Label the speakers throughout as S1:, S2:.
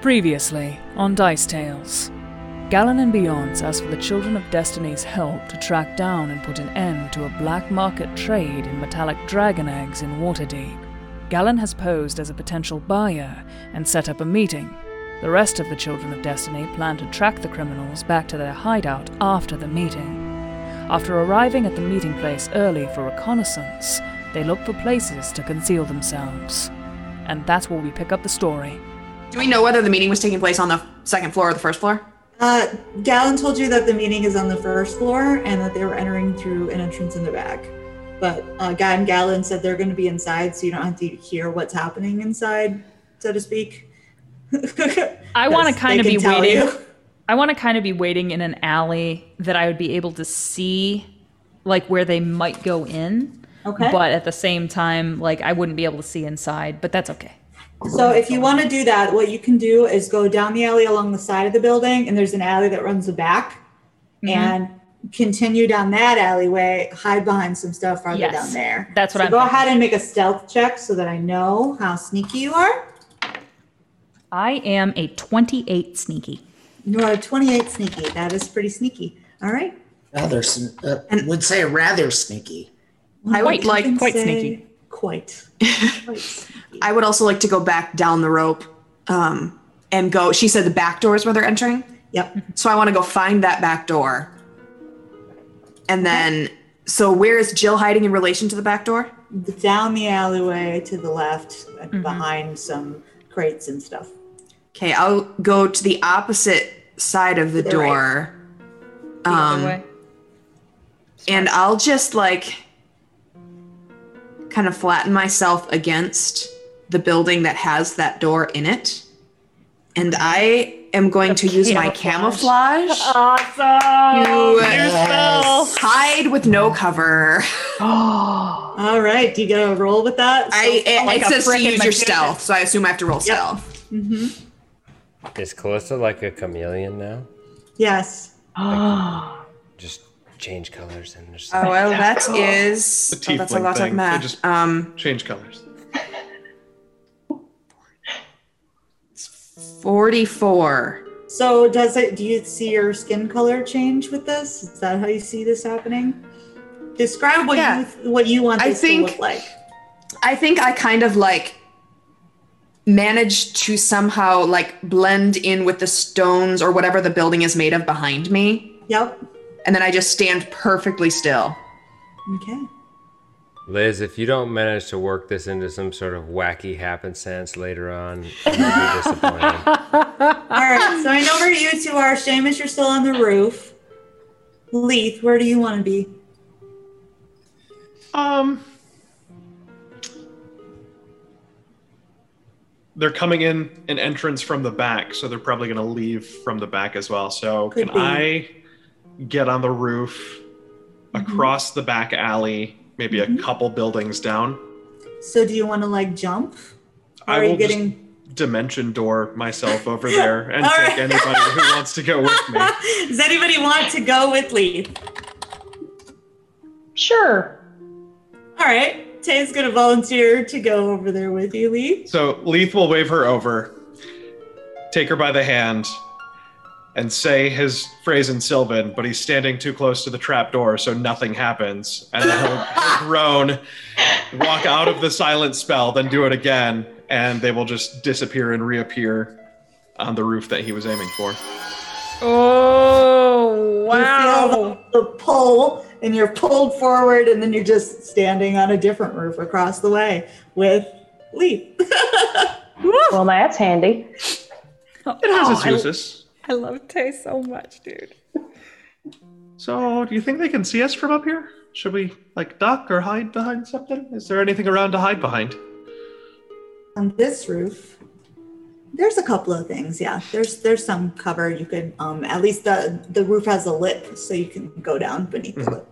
S1: Previously on Dice Tales. Galen and Beyonce ask for the Children of Destiny's help to track down and put an end to a black market trade in metallic dragon eggs in Waterdeep. Galen has posed as a potential buyer and set up a meeting. The rest of the Children of Destiny plan to track the criminals back to their hideout after the meeting. After arriving at the meeting place early for reconnaissance, they look for places to conceal themselves. And that's where we pick up the story.
S2: Do we know whether the meeting was taking place on the second floor or the first floor?
S3: Uh, Galen told you that the meeting is on the first floor and that they were entering through an entrance in the back. But uh, Guy and Galen said they're going to be inside, so you don't have to hear what's happening inside, so to speak.
S4: I want to kind of
S3: They
S4: be
S3: can tell
S4: waiting.
S3: you.
S4: I want to kind of be waiting in an alley that I would be able to see, like where they might go in.
S3: Okay.
S4: But at the same time, like I wouldn't be able to see inside. But that's okay.
S3: So if you want to do that, what you can do is go down the alley along the side of the building, and there's an alley that runs the back,
S4: Mm-hmm.
S3: and continue down that alleyway, hide behind some stuff farther
S4: Yes.
S3: down there.
S4: That's what
S3: so
S4: I'm
S3: Go
S4: thinking.
S3: ahead and make a stealth check so that I know how sneaky you are.
S4: I am a 28 sneaky.
S3: You are 28 sneaky. That is pretty sneaky. All right.
S5: Rather, sn- uh, would say rather sneaky.
S3: I
S2: would like-
S1: quite sneaky.
S3: Quite. quite.
S2: I would also like to go back down the rope um, and go. She said the back door is where they're entering.
S3: Yep.
S2: So I want to go find that back door. And then, so where is Jill hiding in relation to the back door?
S3: Down the alleyway to the left, uh,
S4: Mm-hmm.
S3: behind some crates and stuff.
S2: Okay, I'll go to the opposite side of the,
S3: the right.
S2: door.
S4: The other
S2: Um,
S4: way.
S2: and I'll just like kind of flatten myself against the building that has that door in it. And I am going to use my camouflage.
S4: Awesome.
S2: to
S5: Yes.
S2: hide with no cover.
S3: All right. Do you get a roll with that?
S2: I it,
S4: like
S2: it
S4: a
S2: says to
S4: frickin'
S2: use your
S4: magician.
S2: stealth, so I assume I have to roll stealth.
S6: Is Callista like a chameleon now?
S3: yes.
S6: Just change colors and just.
S2: Oh well, that is
S7: The
S2: oh, that's a
S7: tiefling
S2: lot
S7: thing.
S2: of
S7: They
S2: math.
S7: just-
S2: Um,
S7: Change colors.
S2: forty-four.
S3: So does it? Do you see your skin color change with this? Is that how you see this happening? Describe what
S2: Yeah.
S3: you what you want
S2: I
S3: this
S2: think-
S3: to look like.
S2: I think I kind of like managed to somehow like blend in with the stones or whatever the building is made of behind me,
S3: Yep.
S2: and then I just stand perfectly still.
S3: Okay.
S6: Liz, if you don't manage to work this into some sort of wacky happenstance later on, you'll be disappointed.
S2: Ah.
S3: All right. So I know where you two are. Seamus, you're still on the roof. Leith, where do you want to be?
S7: Um, they're coming in an entrance from the back, so they're probably going to leave from the back as well. So
S3: Could
S7: can
S3: be.
S7: I get on the roof
S3: Mm-hmm.
S7: across the back alley, maybe a couple buildings down?
S3: So do you want to like jump? Or
S7: I
S3: are you
S7: will just-
S3: getting?
S7: Dimension door myself over there and
S3: All
S7: take
S3: right.
S7: anybody who wants to go with me.
S3: Does anybody want to go with Leith?
S8: Sure.
S3: All right. Tay's gonna volunteer to go over there with you, Leith.
S7: So Leith will wave her over, take her by the hand, and say his phrase in Sylvan, but he's standing too close to the trap door, so nothing happens. And then he'll, he'll groan, walk out of the silent spell, then do it again, and they will just disappear and reappear on the roof that he was aiming for.
S4: Oh
S3: You
S4: wow.
S3: feel the, the pull, and you're pulled forward, and then you're just standing on a different roof across the way with Leap.
S8: Well, that's handy.
S7: It has its uses.
S4: I love Tay so much, dude.
S7: So do you think they can see us from up here? Should we like duck or hide behind something? Is there anything around to hide behind?
S3: on this roof, there's a couple of things. Yeah, there's there's some cover you could. Um, at least the the roof has a lip, so you can go down beneath the lip.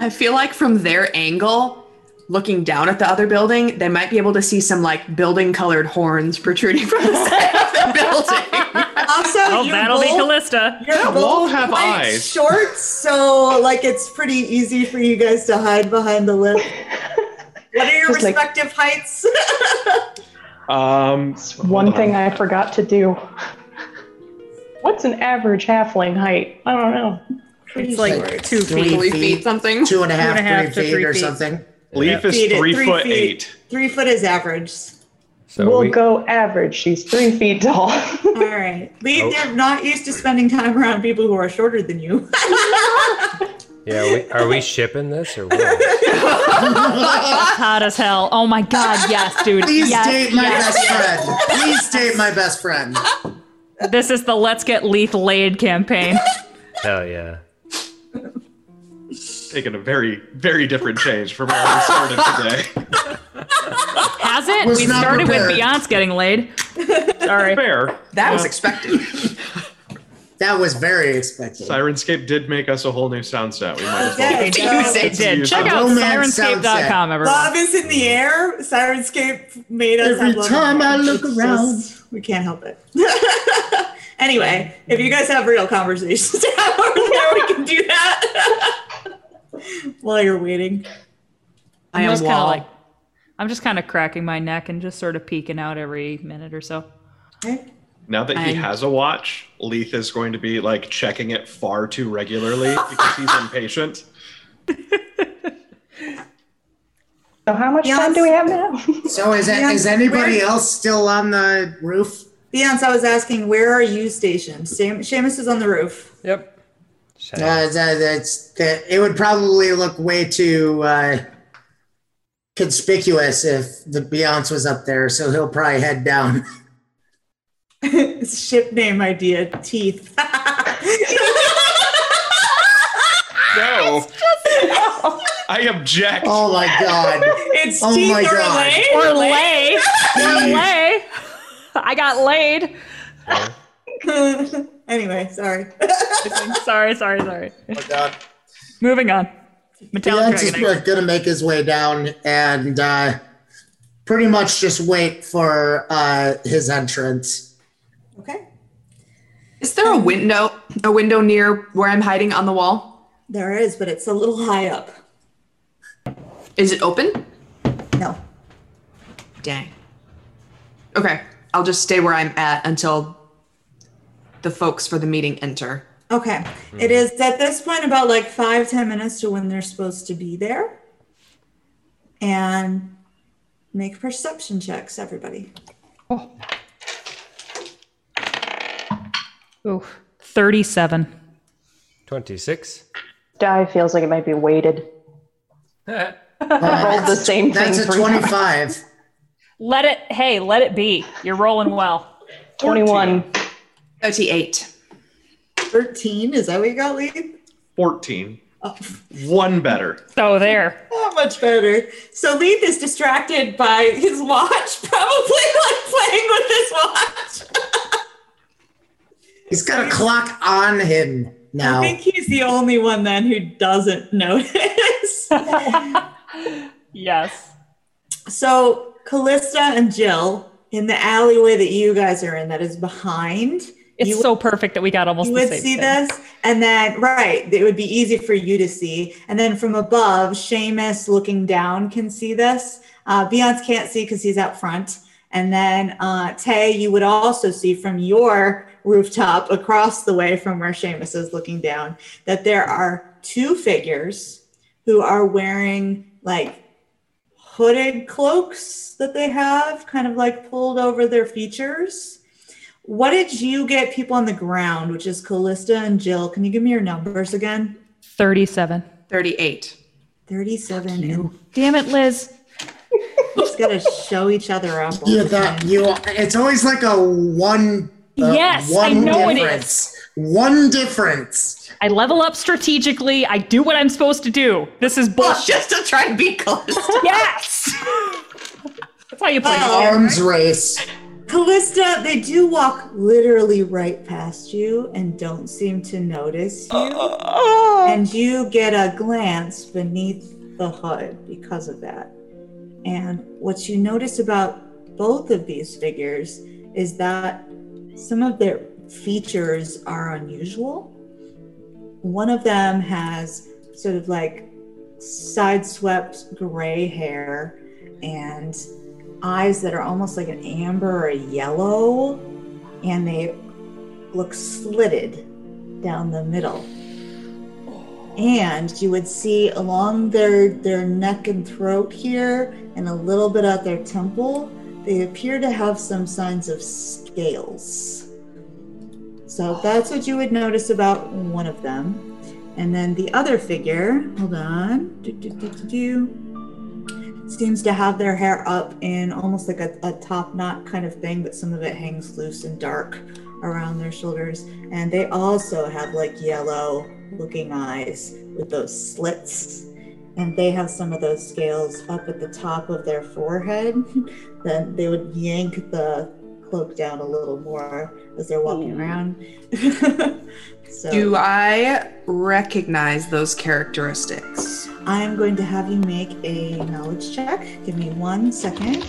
S2: I feel like from their angle, looking down at the other building, they might be able to see some like building colored horns protruding from the side of the building.
S3: Also,
S4: Oh,
S3: your
S4: that'll be
S3: bowl-
S4: Callista.
S3: your
S7: Yeah,
S3: bowl
S7: we'll have
S3: quite
S7: eyes.
S3: Short, so like it's pretty easy for you guys to hide behind the lip. What are your
S8: Just like-
S3: respective heights?
S7: Um,
S8: One
S7: hold on.
S8: thing I forgot to do. What's an average halfling height? I don't know.
S4: It's like two
S5: three
S4: feet.
S2: Three feet something.
S5: two and a half,
S4: and a half
S5: three
S4: to
S5: feet
S4: three
S5: or
S4: feet.
S5: something.
S7: Leaf is
S3: Feet at
S7: three,
S3: three
S7: foot
S3: feet.
S7: eight.
S3: Three foot is average.
S6: So
S8: we'll
S6: we,
S8: go average. She's three feet tall.
S3: All right. Lee,
S6: Oh.
S3: they're not used to spending time around people who are shorter than you.
S6: yeah, we, are we shipping this or what?
S4: Hot as hell. Oh my god, yes, dude.
S5: Please
S4: yes,
S5: date my
S4: yes.
S5: best friend. Please date my best friend.
S4: This is the Let's Get Leaf Laid campaign.
S6: Hell yeah.
S7: Taking a very, very different change from where we started today.
S4: Has it?
S5: Was
S4: we
S5: not
S4: started with
S5: prepared.
S4: Beyonce getting laid. Sorry.
S7: Fair.
S2: That was expected.
S5: That was very expected.
S7: Sirenscape did make us a whole new sound set. We might as well.
S3: Yeah,
S2: Do
S3: no.
S2: you say
S4: It did.
S7: It's
S4: Check
S5: a
S4: out
S5: romance
S4: sirenscape.com, everyone.
S3: Love is in the air. Sirenscape made us.
S5: Every
S3: have love
S5: time
S3: in the air.
S5: I look
S3: It's
S5: around.
S3: just- we can't help it. anyway, if you guys have real conversations to have over there, we can do that. While you're waiting.
S2: I am
S4: just kinda
S2: wall.
S4: like- I'm just kind of cracking my neck and just sort of peeking out every minute or so.
S3: Okay.
S7: Now that he
S4: And-
S7: has a watch, Leith is going to be like checking it far too regularly because he's impatient.
S8: So how much
S3: Yes.
S8: time do we have now?
S5: so is, that, is
S3: Yeah,
S5: anybody
S3: where-
S5: else still on the roof?
S3: Beyonce, I was asking, where are you stationed? Sam- Seamus is on the roof.
S6: Yep.
S5: Uh, that, that's that. It would probably look way too uh, conspicuous if the Beyonce was up there. So he'll probably head down.
S3: Ship name idea, teeth.
S7: No. I object.
S5: Oh my god!
S3: it's
S5: Oh
S3: teeth
S5: my
S3: or
S5: God.
S3: lay.
S4: Or lay. Or
S5: Jeez.
S4: lay. I got laid.
S3: anyway, sorry.
S4: sorry, sorry, sorry.
S5: Oh my god!
S4: Moving on. Metallic
S5: Beyonce's
S4: Dragon. Egg.
S5: gonna make his way down and uh, pretty much just wait for uh, his entrance.
S3: Okay.
S2: Is there a window? A window near where I'm hiding on the wall?
S3: There is, but it's a little high up.
S2: Is it open?
S3: No.
S2: Dang. Okay, I'll just stay where I'm at until the folks for the meeting enter.
S3: Okay.
S5: Hmm.
S3: It is at this point about like five, ten minutes to when they're supposed to be there. And make perception checks, everybody.
S4: Ooh, 37.
S6: 26.
S8: Die feels like it might be weighted.
S5: Uh,
S8: Rolled the same thing.
S5: That's a
S8: three times.
S5: twenty-five.
S4: Let it, hey, let it be. You're rolling well.
S8: 21.
S2: 38.
S3: 13, is that what you got, Lee?
S7: 14.
S3: Oh.
S7: One better.
S4: So there.
S3: Not much better. So Leith is distracted by his watch, probably like playing with his watch.
S5: He's got a clock on him now.
S3: I think he's the only one then who doesn't notice.
S4: Yes.
S3: so Callista and Jill in the alleyway that you guys are in, that is behind.
S4: It's
S3: you
S4: so perfect that we got almost
S3: you
S4: the
S3: would
S4: same
S3: see
S4: thing.
S3: this and then right it would be easy for you to see and then from above Seamus looking down can see this uh, Beyonce can't see because he's out front and then uh, Tay you would also see from your rooftop across the way from where Seamus is looking down that there are two figures who are wearing like hooded cloaks that they have kind of like pulled over their features what did you get people on the ground, which is Callista and Jill? Can you give me your numbers again?
S4: 37.
S2: 38.
S3: 37. And
S4: Damn it, Liz.
S3: just got to show each other up. all
S5: you
S3: the
S5: thought
S3: time.
S5: you. It's always like a one. uh,
S4: Yes, I
S5: one
S4: know it is.
S5: difference. One difference.
S4: I level up strategically. I do what I'm supposed to do. This is
S2: Well,
S4: bullshit.
S2: just to try and be close.
S4: yes. That's how you play.
S5: Arms race.
S3: Callista, they do walk literally right past you and don't seem to notice you. And you get a glance beneath the hood because of that. And what you notice about both of these figures is that some of their features are unusual. One of them has sort of like sideswept gray hair and eyes that are almost like an amber or a yellow, and they look slitted down the middle. And you would see along their their neck and throat here, and a little bit at their temple, they appear to have some signs of scales. So that's what you would notice about one of them. And then the other figure, hold on, do, do, do, do, do. seems to have their hair up in almost like a, a top knot kind of thing, but some of it hangs loose and dark around their shoulders. And they also have like yellow looking eyes with those slits. And they have some of those scales up at the top of their forehead. then they would yank the cloak down a little more as they're walking around. so
S2: Do I recognize those characteristics?
S3: I am going to have you make a knowledge check. Give me one second.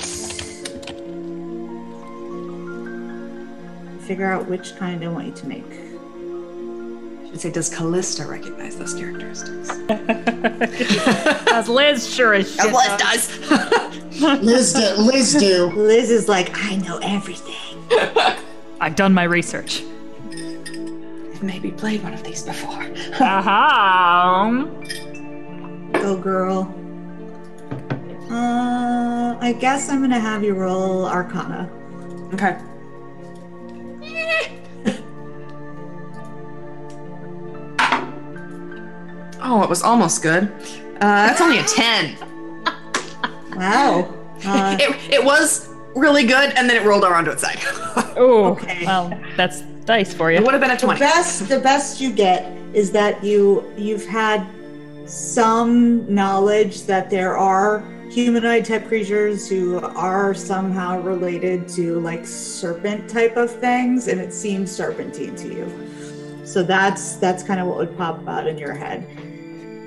S3: Figure out which kind I want you to make.
S2: I should say, does Callista recognize those characteristics?
S4: As Liz sure as shit.
S2: Well, it does.
S5: Liz, do, Liz, do.
S3: Liz is like, I know everything.
S4: I've done my research.
S2: Maybe played one of these before.
S4: Aha!
S3: Go, girl. Uh, I guess I'm gonna have you roll Arcana.
S2: Okay. oh, it was almost good. Uh, that's only a 10.
S3: Wow. Uh,
S2: It, it was really good, and then it rolled over onto its side.
S4: Ooh.
S3: Okay.
S4: Well, that's dice for
S2: it
S4: you.
S2: would have been a 20.
S3: The best, the best you get is that you you've had some knowledge that there are humanoid type creatures who are somehow related to like serpent type of things, and it seems serpentine to you. So that's that's kind of what would pop out in your head.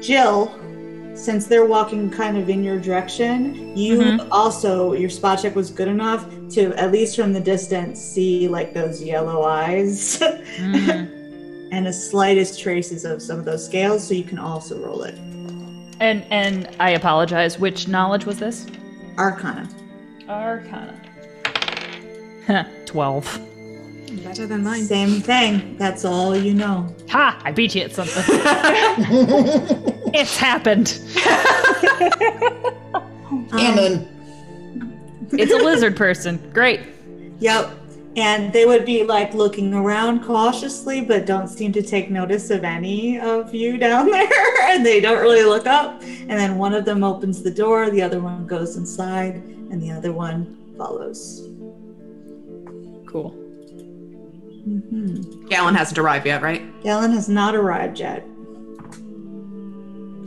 S3: Jill, since they're walking kind of in your direction, you
S4: Mhm.
S3: also your spot check was good enough to at least from the distance see like those yellow eyes
S4: Mm.
S3: and the slightest traces of some of those scales, so you can also roll it.
S4: And and I apologize. Which knowledge was this?
S3: Arcana.
S4: Arcana. Huh, Twelve.
S2: Better than mine.
S3: Same thing. That's all you know.
S4: Ha! I beat you at something. it's happened.
S5: Cannon.
S4: It's a lizard person. Great.
S3: Yep. And they would be like looking around cautiously, but don't seem to take notice of any of you down there. and they don't really look up. And then one of them opens the door, the other one goes inside, and the other one follows.
S4: Cool.
S2: Gallon hasn't arrived yet, right?
S3: Galen has not arrived yet.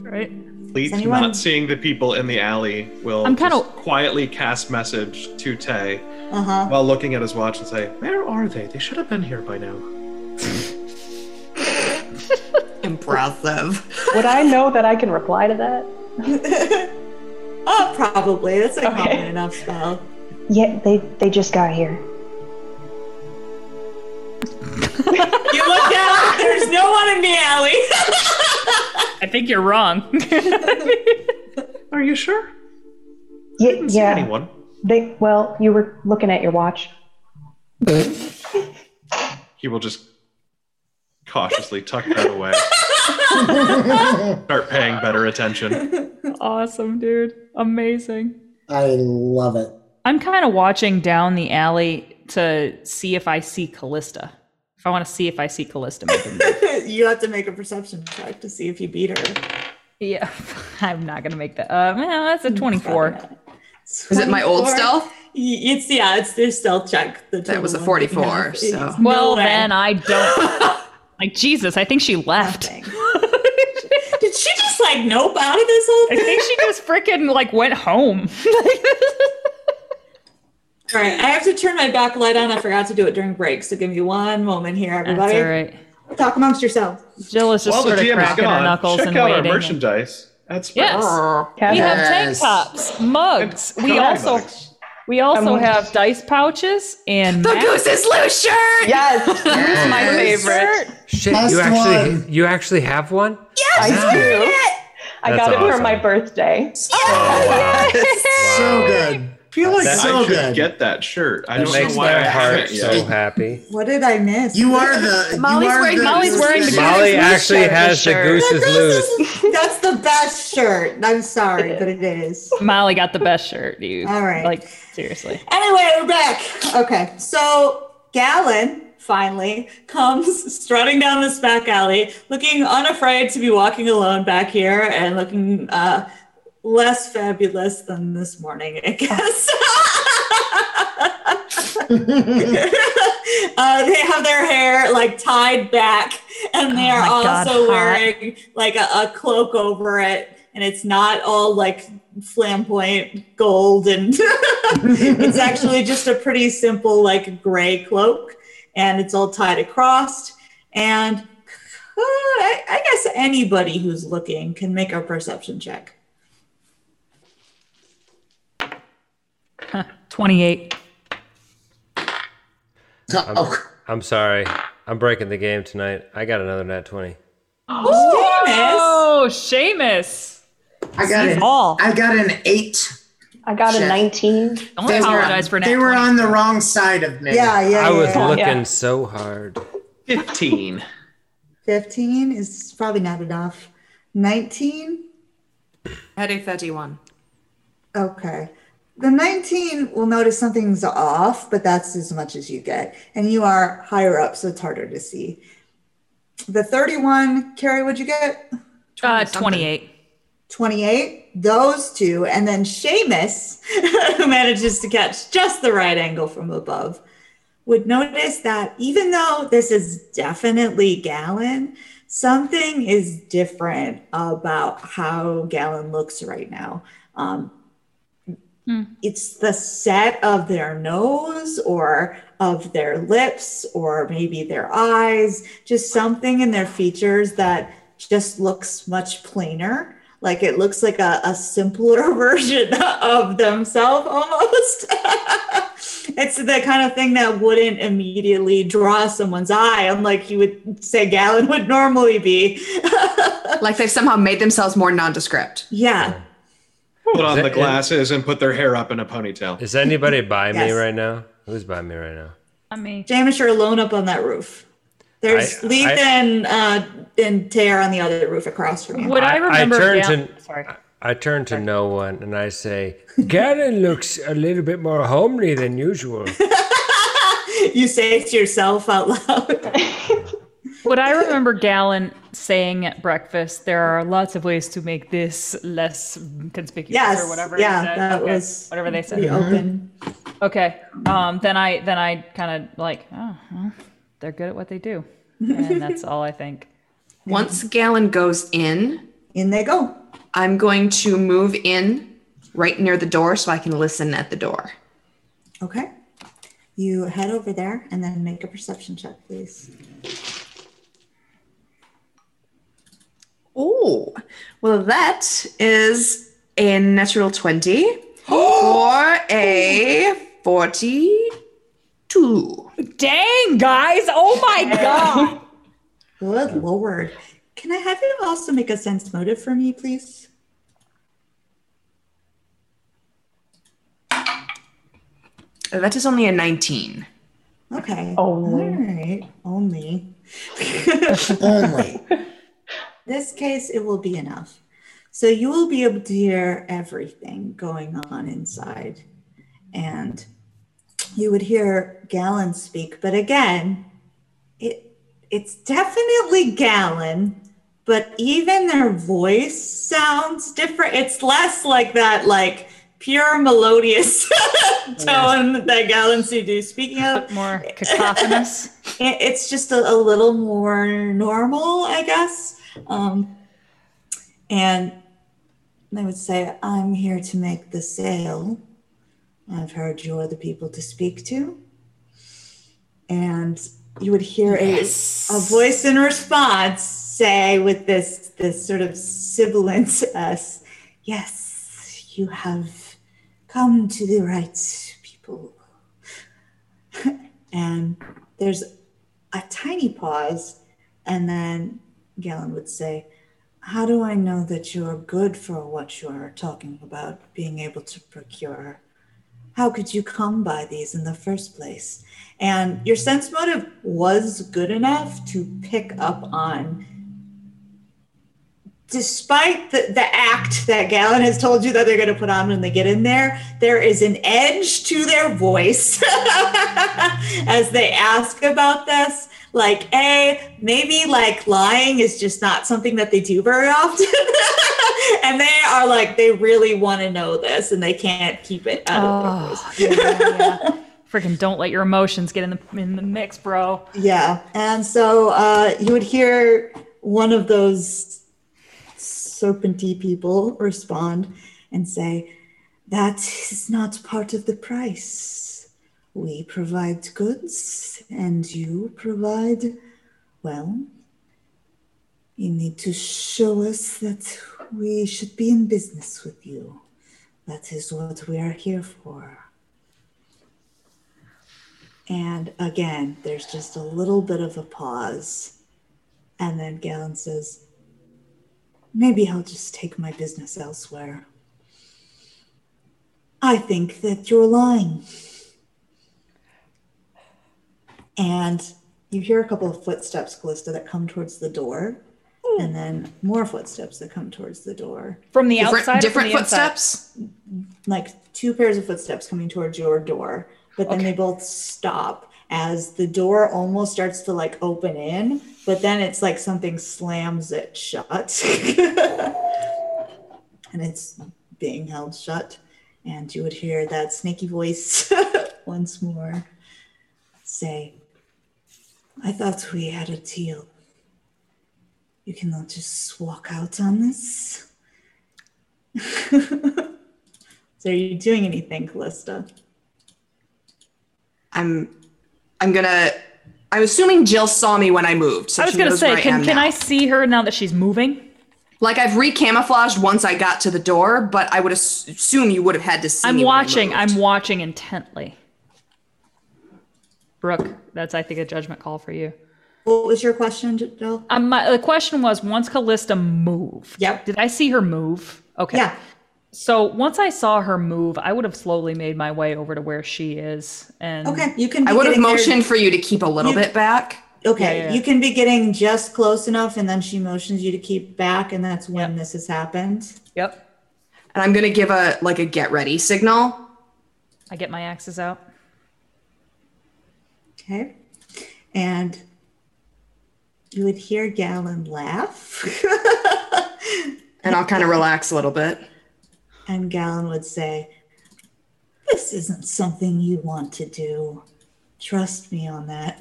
S4: Right.
S7: Complete
S3: anyone-
S7: not seeing the people in the alley will
S4: I'm kinda-
S7: just quietly cast message to Tay
S3: Uh huh.
S7: while looking at his watch and say, "Where are they? They should have been here by now."
S2: Impressive.
S8: Would I know that I can reply to that?
S3: Oh, probably. That's a
S8: Okay.
S3: common enough spell.
S8: Yeah, they they just got here.
S3: You look down, there's no one in the alley.
S4: I think you're wrong.
S7: Are you sure?
S8: Yeah,
S7: Didn't see
S8: yeah.
S7: anyone.
S8: They well, you were looking at your watch.
S7: He will just cautiously tuck that away. Start paying better attention.
S4: awesome, dude. Amazing.
S5: I love it.
S4: I'm kind of watching down the alley to see if I see Callista. If I want to see if I see Callista. make a move.
S3: you have to make a perception check to see if you beat her.
S4: yeah, I'm not gonna make that. Uh, well, that's a 24.
S2: Is it my old
S3: 24?
S2: stealth?
S3: Y- It's yeah, it's their stealth check. The
S2: That was a
S3: 21 that you
S2: 44,
S3: have. It's
S2: so-
S3: no
S4: Well,
S3: way.
S4: then I don't. like Jesus, I think she left.
S3: Nothing. Did she just like nope out of this whole
S4: I
S3: thing?
S4: think she just freaking like went home.
S3: All right, I have to turn my back light on. I forgot to do it during break, so give me one moment here,
S4: That's
S3: everybody.
S4: all right.
S3: Talk amongst yourselves.
S4: Jill is just
S7: While the
S4: sort of
S7: DM is
S4: cracking her
S7: gone,
S4: knuckles
S7: check
S4: and
S7: out our
S4: waiting.
S7: merchandise. That's
S4: Yes, we
S8: Catherine,
S4: have tank
S5: Yes.
S4: tops, mugs. We also we also
S8: Um,
S4: have dice pouches and
S2: The
S4: mac-
S2: Goose is loose shirt!
S9: Yes, it's my favorite.
S6: Shit,
S5: Best
S6: you actually
S5: one.
S6: you actually have one?
S9: I do.
S8: I
S6: That's
S8: got it for
S6: awesome.
S8: my birthday.
S6: Oh, wow.
S5: So good.
S7: feel like
S6: That-
S7: I
S5: So
S7: should
S5: good.
S7: get that shirt. I
S6: That
S7: don't know
S6: makes
S7: why I
S6: my
S7: haven't
S6: heart so
S7: yet.
S6: happy.
S3: What did I miss?
S5: You are the.
S9: Molly's
S5: you are
S9: wearing-
S5: the,
S9: Molly's wearing the
S6: Molly
S9: Goose
S6: actually
S9: shirt,
S6: has the
S9: sure.
S6: goose
S3: The
S6: is
S3: best
S6: loose.
S3: is- that's the best shirt. I'm sorry, but it is.
S4: Molly got the best shirt, dude.
S3: All right.
S4: Like, seriously.
S3: Anyway, we're back. Okay, so Galen finally comes strutting down this back alley, looking unafraid to be walking alone back here and looking uh, less fabulous than this morning, I guess. uh, they have their hair like tied back, and they
S4: Oh
S3: are
S4: my God,
S3: also
S4: hot.
S3: wearing like a, a cloak over it, and it's not all like flamboyant gold and it's actually just a pretty simple like gray cloak and it's all tied across and uh, I, I guess anybody who's looking can make a perception check
S4: 28.
S5: Oh,
S6: I'm sorry. I'm breaking the game tonight. I got another nat 20.
S3: Seamus,
S4: Oh, Seamus.
S5: I got an,
S4: all.
S5: I got an eight.
S8: I got a
S5: Shit.
S8: 19.
S4: Don't apologize for now.
S5: They were on the wrong side of me.
S3: yeah yeah, yeah
S6: I was
S3: yeah.
S6: looking
S8: Yeah.
S6: so hard.
S7: 15.
S3: 15 is probably not enough 19
S2: Had a 31.
S3: Okay. The 19 will notice something's off, but that's as much as you get. And you are higher up, so it's harder to see. The 31, Carrie, what'd you get?
S4: Uh,
S2: 20-something.
S4: 28.
S3: 28, those two. And then Seamus, who manages to catch just the right angle from above, would notice that even though this is definitely Gallon, something is different about how Gallon looks right now. Um, it's the set of their nose or of their lips or maybe their eyes, just something in their features that just looks much plainer. Like it looks like a, a simpler version of themselves almost. it's the kind of thing that wouldn't immediately draw someone's eye, unlike you would say Galen would normally be.
S2: Like they've somehow made themselves more nondescript.
S3: yeah.
S7: Put on
S6: Is
S7: the
S6: it-
S7: glasses and put their hair up in a ponytail.
S6: Is anybody by me
S3: Yes.
S6: right now? Who's by me right now?
S4: I mean,
S3: Jameis, you're alone up on that roof. There's
S6: I-
S3: Leith
S6: I-
S3: and uh, and Tare on the other roof across from you.
S4: would I, remember?
S6: turn
S4: Gal-
S6: to
S4: Sorry.
S6: I, I turn to no one and I say, Galen looks a little bit more homely than usual.
S3: You say it to yourself out loud.
S4: What I remember Gallon saying at breakfast, there are lots of ways to make this less conspicuous
S3: Yes,
S4: or whatever.
S3: yeah,
S4: he said.
S3: that
S4: Okay,
S3: was-
S4: whatever they said.
S3: Be
S6: Mm-hmm.
S3: open.
S4: Okay. Um, then I then I kind of like, oh, well, they're good at what they do, and that's all I think.
S2: Once Galen goes in,
S3: In they go.
S2: I'm going to move in right near the door so I can listen at the door.
S3: Okay. You head over there and then make a perception check, please.
S2: Oh, well, that is a natural 20 or a 42.
S4: Dang, guys! Oh my god!
S3: Good lord. Can I have you also make a sense motive for me, please?
S2: That is only a 19.
S3: Okay.
S8: Only.
S3: All right. Only.
S5: Only.
S3: this case, it will be enough. So you will be able to hear everything going on inside. And you would hear Gallon speak, but again, it it's definitely Gallon, but even their voice sounds different. It's less like that like pure melodious tone that Gallon seemed to be speaking of.
S4: More cacophonous.
S3: It- it's just a, a little more normal, I guess. Um, and they would say, I'm here to make the sale. I've heard you're the people to speak to. And you would hear a, a voice in response say with this, this sort of sibilant S, yes, you have come to the right people. and there's a tiny pause, and then Galen would say, How do I know that you're good for what you're talking about, being able to procure How could you come by these in the first place? And your sense motive was good enough to pick up on. Despite the, the act that Galen has told you that they're going to put on when they get in there, there is an edge to their voice as they ask about this. Like, A, maybe like lying is just not something that they do very often. and they are like, they really want to know this and they can't keep it out of their voice.
S4: Oh, yeah, yeah. Freaking don't let your emotions get in the in the mix, bro.
S3: Yeah. And so uh, you would hear one of those serpenty people respond and say, That is not part of the price. We provide goods and you provide, well, you need to show us that we should be in business with you. That is what we are here for. And again, there's just a little bit of a pause. And then Galen says, Maybe I'll just take my business elsewhere. I think that you're lying. And you hear a couple of footsteps, Callista, that come towards the door, and then more footsteps that come towards the door.
S4: From the
S2: Different,
S4: outside, or
S2: different
S4: from the inside?
S2: footsteps.
S3: like two pairs of footsteps coming towards your door, but then they both stop as the door almost starts to like open in, but then it's like something slams it shut. and it's being held shut. And you would hear that snaky voice once more say, I thought we had a deal. You cannot just walk out on this. So are you doing anything, Callista?
S2: I'm I'm gonna I'm assuming Jill saw me when I moved. So
S4: I was
S2: she
S4: gonna
S2: knows where
S4: say,
S2: I
S4: can
S2: am
S4: can
S2: now.
S4: I see her now that she's moving?
S2: Like I've recamouflaged once I got to the door, but I would ass- assume you would have had to see.
S4: I'm
S2: me when I
S4: watching.
S2: moved.
S4: I'm watching intently. Brooke, that's I think a judgment call for you.
S3: What was your question, Jill?
S4: Um, my, the question was: Once Callista moved,
S3: Yep.
S4: did I see her move? Okay.
S3: Yeah.
S4: So once I saw her move, I would have slowly made my way over to where she is, and
S3: Okay. You can. Be
S2: I would have
S3: getting there-
S2: motioned for you to keep a little
S3: You-
S2: bit back.
S3: Okay.
S4: Yeah, yeah, yeah.
S3: You can be getting just close enough, and then she motions you to keep back, and that's when this has happened.
S4: yep,
S2: and I'm gonna give a like a get ready signal.
S4: I get my axes out.
S3: Okay. And you would hear Galen laugh,
S2: And I'll kind of relax a little bit.
S3: and Galen would say, "This isn't something you want to do. Trust me on that."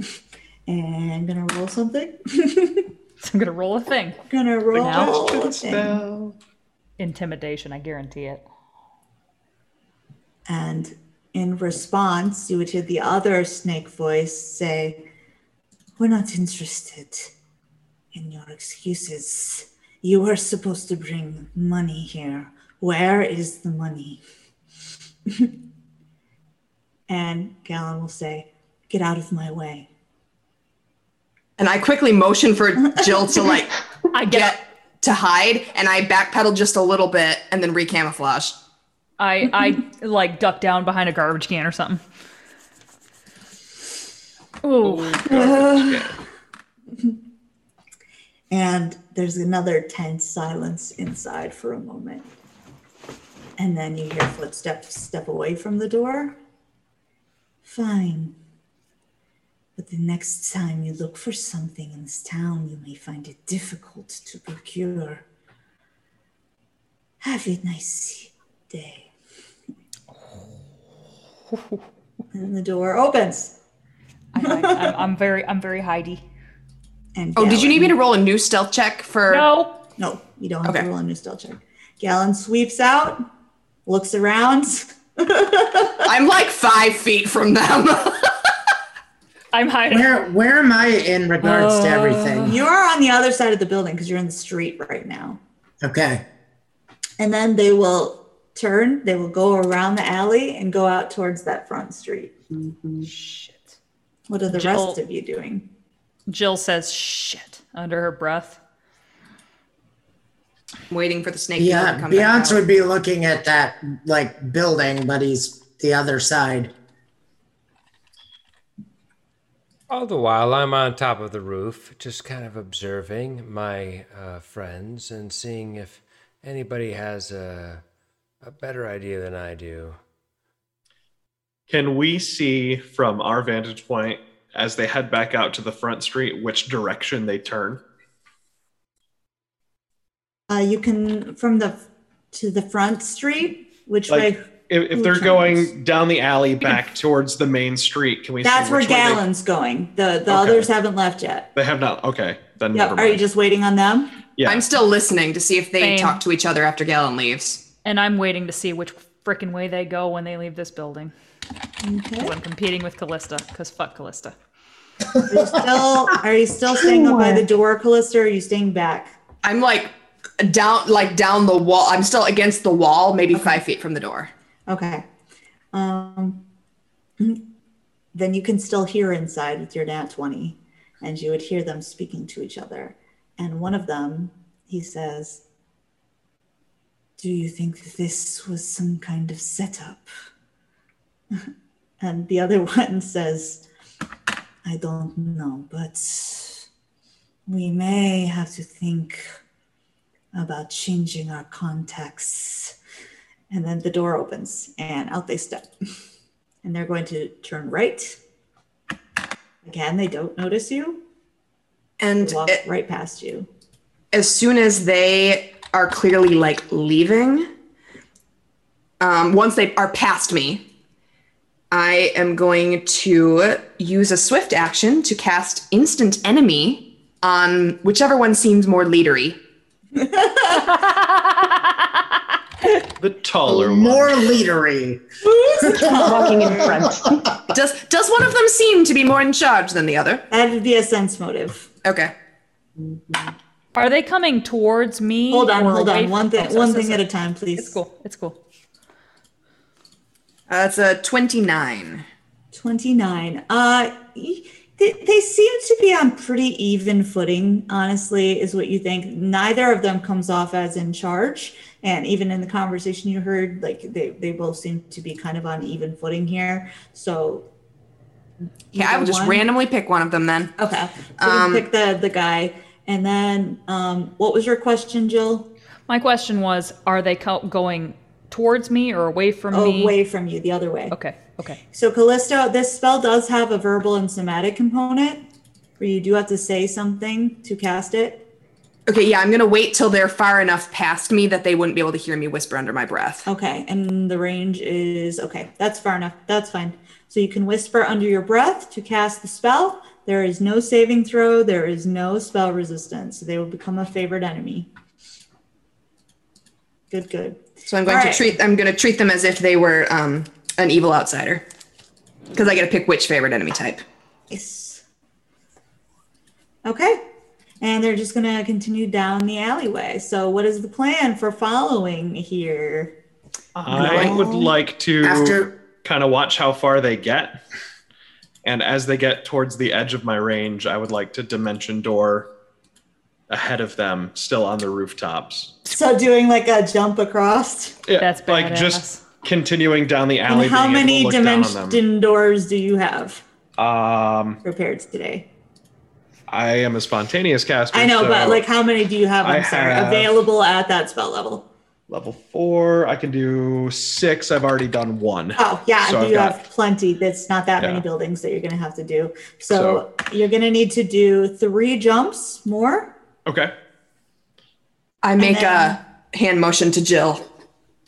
S3: And I'm gonna roll something.
S4: So I'm gonna roll a thing.
S3: gonna roll.
S4: now?
S3: a thing.
S4: Intimidation, I guarantee it.
S3: And in response, you would hear the other snake voice say, We're not interested in your excuses. You were supposed to bring money here. Where is the money? and Galen will say, Get out of my way.
S2: And I quickly motion for Jill to like
S4: I get.
S2: get to hide, and I backpedal just a little bit and then recamouflage.
S4: I I like duck down behind a garbage can or something. Ooh.
S3: And there's another tense silence inside for a moment. And then you hear footsteps step away from the door. Fine. But the next time you look for something in this town, you may find it difficult to procure. Have a nice day. and the door opens.
S4: I, I, I'm, I'm very I'm very Heidi.
S3: And
S2: Oh, did you need me to roll a new stealth check for?
S4: No.
S3: No, you don't have
S2: Okay.
S3: to roll a new stealth check. Gallon sweeps out, looks around.
S2: I'm like five feet from them.
S4: I'm hiding.
S5: Where where am I in regards to everything?
S3: You are on the other side of the building because you're in the street right now.
S5: Okay.
S3: And then they will turn, they will go around the alley and go out towards that front street.
S7: Mm-hmm.
S4: Shit.
S3: What are the
S4: Jill-
S3: rest of you doing?
S4: Jill says shit under her breath.
S2: I'm waiting for the snake. people
S5: Yeah,
S2: to come back
S5: Beyonce
S2: out.
S5: would be looking at that like building, but he's the other side.
S6: All the while, I'm on top of the roof, just kind of observing my uh, friends and seeing if anybody has a, a better idea than I do.
S7: Can we see from our vantage point as they head back out to the front street which direction they turn?
S3: Uh, you can from the to the front street, which
S7: Like,
S3: way?
S7: if, if
S3: Who
S7: they're
S3: turns?
S7: going down the alley back towards the main street, can we
S3: That's
S7: see
S3: where
S7: which way they-
S3: Gallon's going. The the
S7: Okay.
S3: others haven't left yet.
S7: They, have not. Okay, then
S3: Yep.
S7: never
S3: Are you
S7: mind.
S3: just waiting on them?
S7: yeah.
S2: I'm still listening to see if they
S4: Same.
S2: talk to each other after Gallon leaves.
S4: And I'm waiting to see which frickin' way they go when they leave this building. 'Cause I'm competing with Callista, because fuck Callista.
S3: Are you still are you still staying up by the door, Callista? Or are you staying back?
S2: I'm like down, like down the wall. I'm still against the wall, maybe five feet from the door.
S3: Okay. Um, then you can still hear inside with your nat 20, and you would hear them speaking to each other. And one of them, he says, Do you think that this was some kind of setup? and the other one says, I don't know, but we may have to think about changing our contacts. And then the door opens and out they step. And they're going to turn right. Again, they don't notice you.
S2: And
S3: They walk
S2: it-
S3: right past you.
S2: as soon as they are clearly like leaving, um, once they are past me, I am going to use a swift action to cast instant enemy on whichever one seems more leadery.
S7: the taller one.
S5: More leadery.
S8: Walking in front.
S2: Does does one of them seem to be more in charge than the other?
S3: That would be a sense motive.
S2: Okay.
S4: Are they coming towards me?
S3: Hold on,
S4: or
S3: hold
S4: away
S3: on.
S4: from-
S3: One
S4: Oh,
S3: thing
S4: so-
S3: one
S4: so-
S3: thing
S4: so-
S3: at a time, please.
S4: It's cool. It's cool.
S2: Uh, it's a 29.
S3: 29. Uh y- they, they seem to be on pretty even footing, honestly, is what you think. Neither of them comes off as in charge. And even in the conversation you heard, like they, they both seem to be kind of on even footing here. So
S2: Yeah, I will just
S3: Either one.
S2: randomly pick one of them then.
S3: Okay. So
S2: Um,
S3: we pick the the guy, and then um, what was your question, Jill?
S4: My question was, are they co- going towards me or away from me?
S3: Away from you, the other way.
S4: Okay. Okay.
S3: So Callisto, this spell does have a verbal and somatic component, where you do have to say something to cast it.
S2: Okay, yeah, I'm gonna wait till they're far enough past me that they wouldn't be able to hear me whisper under my breath.
S3: Okay, and the range is okay. That's far enough. That's fine. So you can whisper under your breath to cast the spell. There is no saving throw. There is no spell resistance. They will become a favored enemy. Good, good.
S2: So I'm going to
S3: Alright.
S2: treat I'm gonna treat them as if they were um, an evil outsider. Because I get to pick which favorite enemy type.
S3: Yes. Okay. And they're just going to continue down the alleyway. So, what is the plan for following here?
S7: I would like to
S5: After-
S7: kind of watch how far they get. And as they get towards the edge of my range, I would like to dimension door ahead of them, still on the rooftops.
S3: So, doing like a jump across.
S7: Yeah,
S4: That's
S7: like just continuing down the alley.
S3: and how
S7: being able to
S3: many
S7: look down on them.
S3: dimension doors do you have
S7: Um,
S3: prepared today?
S7: I am a spontaneous caster.
S3: I know,
S7: so
S3: but like how many do you have?
S7: I
S3: I'm sorry,
S7: have-
S3: available at that spell level.
S7: level four, I can do six. I've already done one.
S3: Oh, yeah,
S7: So I've
S3: you
S7: got-
S3: have plenty. That's not that
S7: Yeah.
S3: many buildings that you're going to have to do. So, you're going to need to do three jumps more.
S7: Okay.
S2: I make
S3: then-
S2: a hand motion to Jill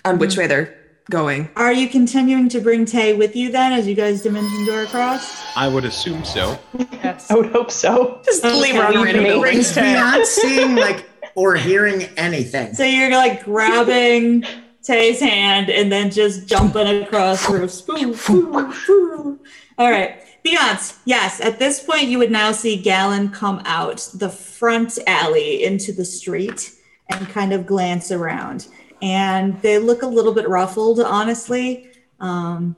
S2: on which way they're going.
S3: Are you continuing to bring Tay with you then as you guys dimension door across?
S7: I would assume so.
S4: Yes.
S8: I would hope so.
S2: Just leave her on a
S8: leave
S2: random
S8: me.
S2: building.
S5: Is we not seeing like or hearing anything?
S3: So you're like grabbing Tay's hand and then just jumping across roofs. Boom, boom, boom. All right. Beyonce, yes, at this point you would now see Gallon come out the front alley into the street and kind of glance around. And they look a little bit ruffled, honestly. Um,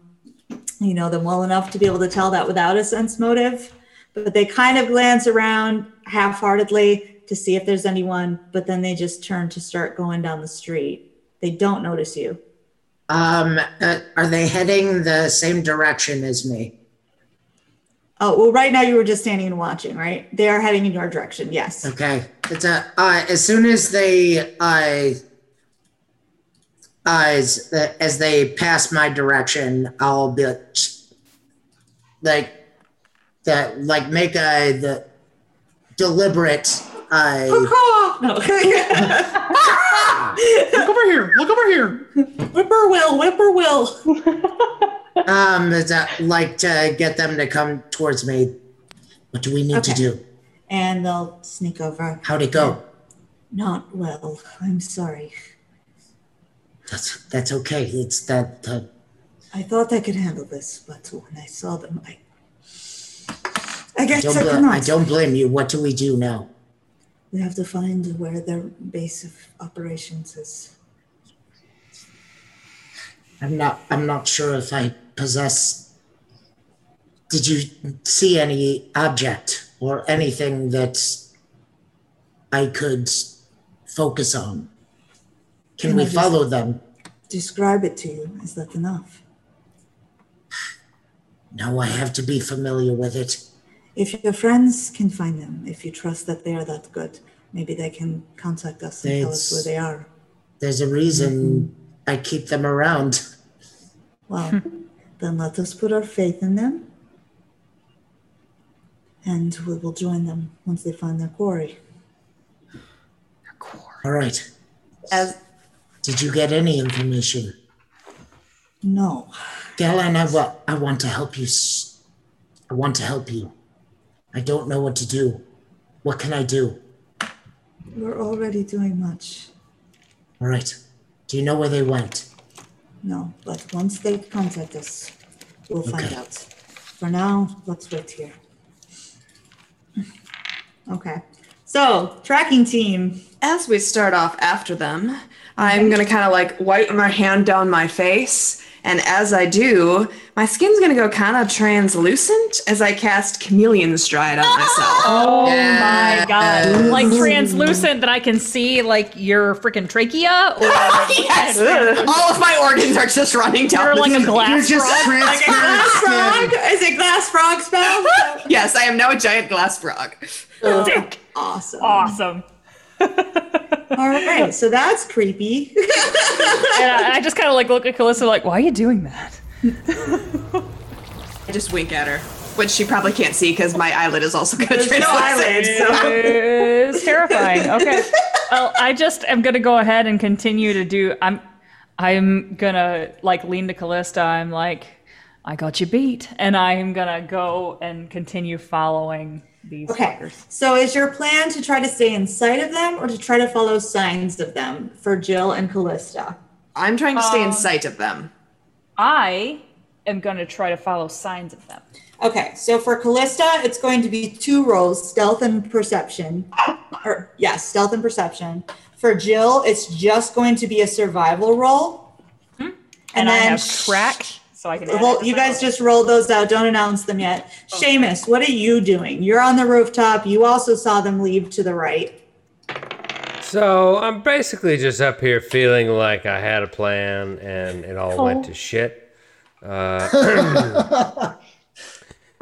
S3: you know them well enough to be able to tell that without a sense motive. but they kind of glance around half-heartedly to see if there's anyone but then they just turn to start going down the street they don't notice you
S5: Um, uh, are they heading the same direction as me?
S3: Oh, well, right now you were just standing and watching, right? They are heading in your direction, yes.
S5: Okay. It's a, uh, as soon as they I uh, as as they pass my direction, I'll be like, like that, like make a the deliberate. I
S3: No.
S7: Look over here. Look over here.
S3: whippoorwill, whippoorwill.
S5: um it's a- like to get them to come towards me. What do we need to
S3: Okay.
S5: do?
S3: And they'll sneak over.
S5: How'd it go?
S3: Not well. I'm sorry.
S5: That's that's okay. It's that. uh, that
S3: I thought I could handle this, but when I saw them, I. I
S5: I
S3: guess
S5: don't,
S3: I
S5: bl-
S3: cannot.
S5: I don't blame you. What do we do now?
S3: We have to find where their base of operations is.
S5: I'm not. I'm not sure if I possess. Did you see any object or anything that I could focus on? Can we
S3: Can I just-
S5: follow them?
S3: Describe it to you. Is that enough?
S5: No, I have to be familiar with it.
S3: If your friends can find them, if you trust that they are that good, maybe they can contact us and tell us
S5: It's-
S3: where they are.
S5: There's a reason
S3: Mm-hmm.
S5: I keep them around.
S3: Well, then let us put our faith in them. And we will join them once they find their quarry.
S5: All right.
S3: As
S5: Did you get any information?
S3: no,
S5: Galen, I, wa- I want to help you. s- I want to help you. I don't know what to do. What can I do?
S3: we're already doing much.
S5: All right. Do you know where they went?
S3: No, but once they contact us, we'll find
S5: Okay.
S3: out. For now, let's wait here. Okay. So, tracking team.
S2: As we start off after them, I'm going to kind of like wipe my hand down my face. And as I do, my skin's going to go kind of translucent as I cast chameleon stride on myself.
S4: Oh my god! Like translucent that I can see like your freaking trachea, or
S2: yes! All of my organs are just running down.
S4: or like a
S2: this-
S5: You're
S4: glass.
S5: just transparent skin.
S3: Is it glass frog spell?
S2: yes, I am now a giant glass frog.
S4: dick.
S3: awesome.
S4: Awesome.
S3: All right. So that's creepy.
S4: And I, I just kind of like look at Calissa like, why are you doing that?
S2: I just wink at her, which she probably can't see because my eyelid is also going to
S3: There's no
S2: translucent.
S3: eyelid. So.
S4: It's terrifying. Okay. Well, I just am gonna go ahead and continue to do. I'm, I'm gonna like lean to Callista. I'm like, I got you beat, and I am gonna go and continue following these
S3: Okay.
S4: fuckers.
S3: So is your plan to try to stay inside of them or to try to follow signs of them for Jill and Callista?
S2: I'm trying to stay in sight of them.
S4: I am gonna try to follow signs of them.
S3: Okay, so for Callista, it's going to be two roles stealth and perception. Or, yes, stealth and perception. For Jill, it's just going to be a survival roll.
S4: Hmm. And, I
S3: then
S4: have track, so I can. add it
S3: Well,
S4: to
S3: you
S4: my
S3: guys just roll those out. Don't announce them yet. Seamus, what are you doing? You're on the rooftop. You also saw them leave to the right.
S6: So I'm basically just up here feeling like I had a plan and it all went to shit. Uh,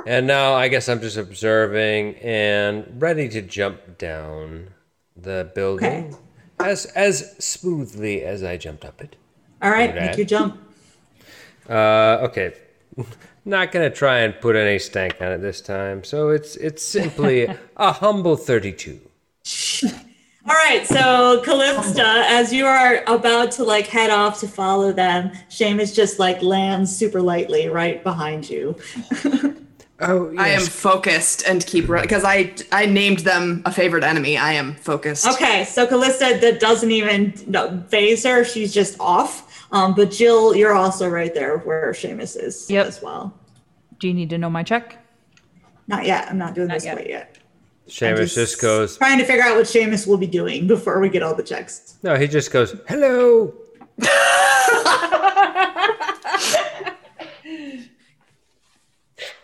S6: and now I guess I'm just observing and ready to jump down the building as as smoothly as I jumped up it.
S3: All right,
S6: Okay.
S3: make your jump.
S6: Uh, okay. Not gonna try and put any stank on it this time. So it's it's simply a humble thirty-two.
S3: All right, so Callista, as you are about to like head off to follow them, Seamus just like lands super lightly right behind you.
S6: Oh,
S2: I am focused and keep because I I named them a favorite enemy. I am focused.
S3: Okay, so Callista that doesn't even no, phase her; she's just off. Um, but Jill, you're also right there where Seamus is
S4: Yep.
S3: as well.
S4: Do you need to know my check?
S3: Not yet. I'm not doing this
S4: yet.
S3: quite yet.
S6: Seamus just goes.
S3: Trying to figure out what Seamus will be doing before we get all the checks.
S6: No, he just goes. Hello.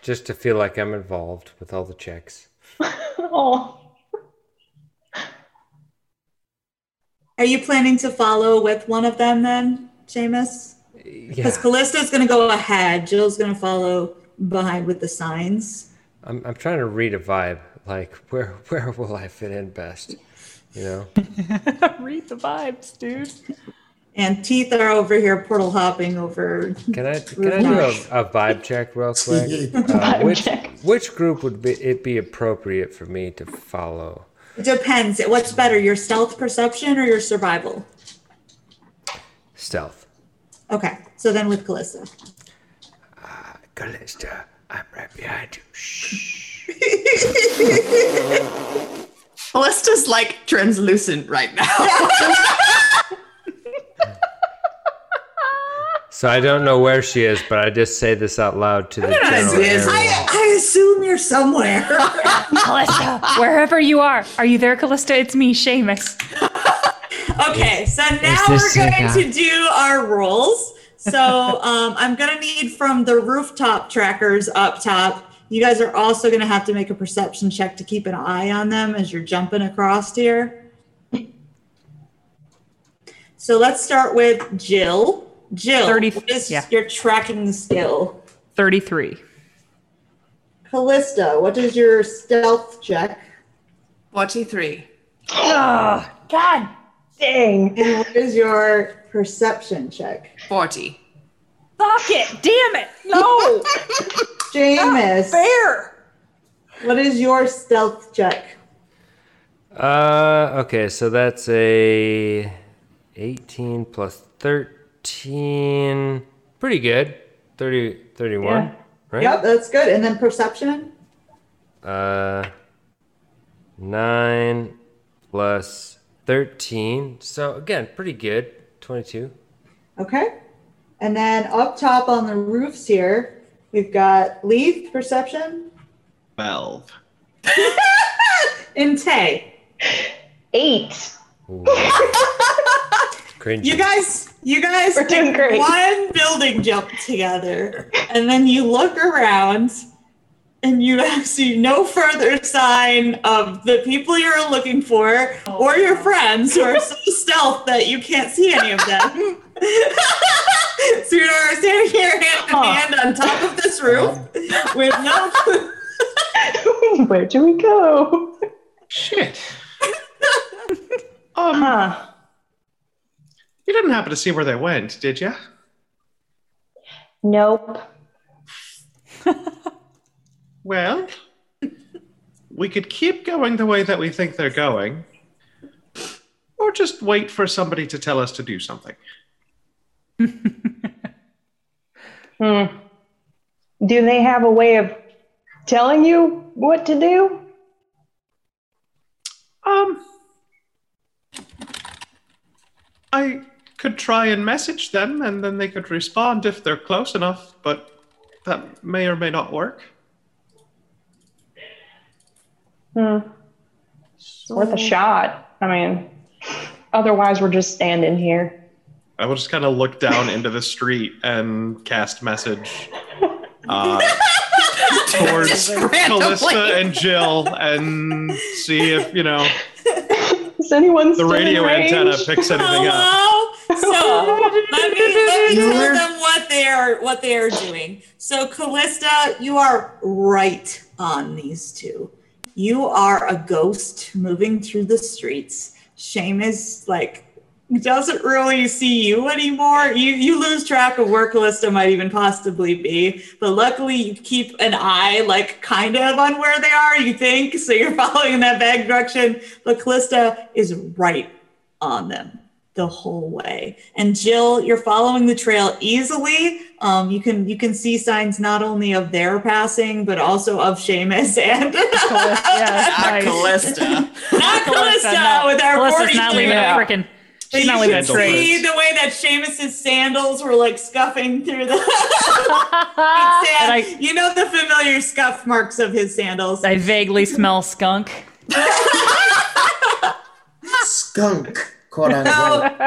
S6: just to feel like I'm involved with all the checks.
S8: Oh,
S3: Are you planning to follow with one of them then, Seamus?
S6: Yeah,
S3: Because Callista's going to go ahead. Jill's going to follow behind with the signs.
S6: I'm, I'm trying to read a vibe. Like, where where will I fit in best? You know,
S4: Read the vibes, dude.
S3: And teeth are over here portal hopping over.
S6: can I can I do a, a vibe check real quick? Uh, which which group would be it be appropriate for me to follow?
S3: It depends. What's better, your stealth perception or your survival?
S6: Stealth.
S3: Okay, so then with Callista.
S6: Callista, I'm right behind you. Shh.
S2: Callista's like translucent right now.
S6: So I don't know where she is, but I just say this out loud to the general
S2: exist.
S6: area.
S3: I assume you're somewhere.
S4: Callista, wherever you are, are you there, Callista? It's me, Seamus.
S3: Okay, so now we're
S6: this
S3: going
S6: Sega?
S3: to do our rolls. So um, I'm going to need from the rooftop trackers up top. You guys are also going to have to make a perception check to keep an eye on them as you're jumping across here. So let's start with Jill. Jill,
S4: 30
S3: what is
S4: yeah.
S3: your tracking skill?
S4: 33.
S3: Callista, what is your stealth check?
S2: 43.
S8: God dang.
S3: And what is your perception check?
S2: 40.
S4: Fuck it! Damn it! No!
S3: Jameis,
S4: Fair!
S3: what is your stealth check?
S6: Uh, okay, so that's a 18 plus 13. Pretty good. 30, 31, right?
S3: Yep, that's good. And then perception?
S6: Uh, 9 plus 13. So again, pretty good. 22.
S3: Okay. And then up top on the roofs here, we've got Leaf, perception,
S7: Valve.
S3: and Tay.
S8: Eight.
S6: Ooh. Cringy.
S3: You guys, you guys
S8: We're doing
S3: did
S8: great.
S3: one building jump together. And then you look around and you see no further sign of the people you're looking for or your friends who are so stealth that you can't see any of them. so you're standing here hand in hand on top of this roof with no clue.
S8: Where do we go?
S7: Shit.
S8: Um, huh.
S7: You didn't happen to see where they went, did you?
S8: Nope.
S7: Well, we could keep going the way that we think they're going, or just wait for somebody to tell us to do something.
S8: Hmm. Do they have a way of telling you what to do?
S7: Um, I could try and message them, and then they could respond if they're close enough, but that may or may not work.
S8: Hmm. It's worth a shot. I mean, otherwise we're just standing here.
S7: I will just kind of look down into the street and cast message uh, towards Callista and Jill and see if, you know,
S8: Is anyone
S7: the
S8: still in
S7: radio
S8: range?
S7: antenna picks anything up.
S3: Hello. So let me, let me tell them what they are what they are doing. So Callista, you are right on these two. You are a ghost moving through the streets. Seamus like doesn't really see you anymore. You you lose track of where Callista might even possibly be. But luckily you keep an eye like kind of on where they are, you think. So you're following in that vague direction. But Callista is right on them the whole way. And Jill, you're following the trail easily. Um, you can you can see signs not only of their passing, but also of Seamus and
S4: Uh, Yeah,
S2: Not
S4: nice.
S2: Callista.
S3: not Callista
S4: no.
S3: with our
S4: Callista's not
S3: 43
S4: leaving
S3: now.
S4: a freaking.
S3: But
S4: She's
S3: you
S4: not leaving a
S7: should
S4: trace.
S3: See the way that Seamus's sandals were like scuffing through the sand.
S4: And I-
S3: you know the familiar scuff marks of his sandals.
S4: I vaguely smell skunk.
S5: Skunk, quote unquote.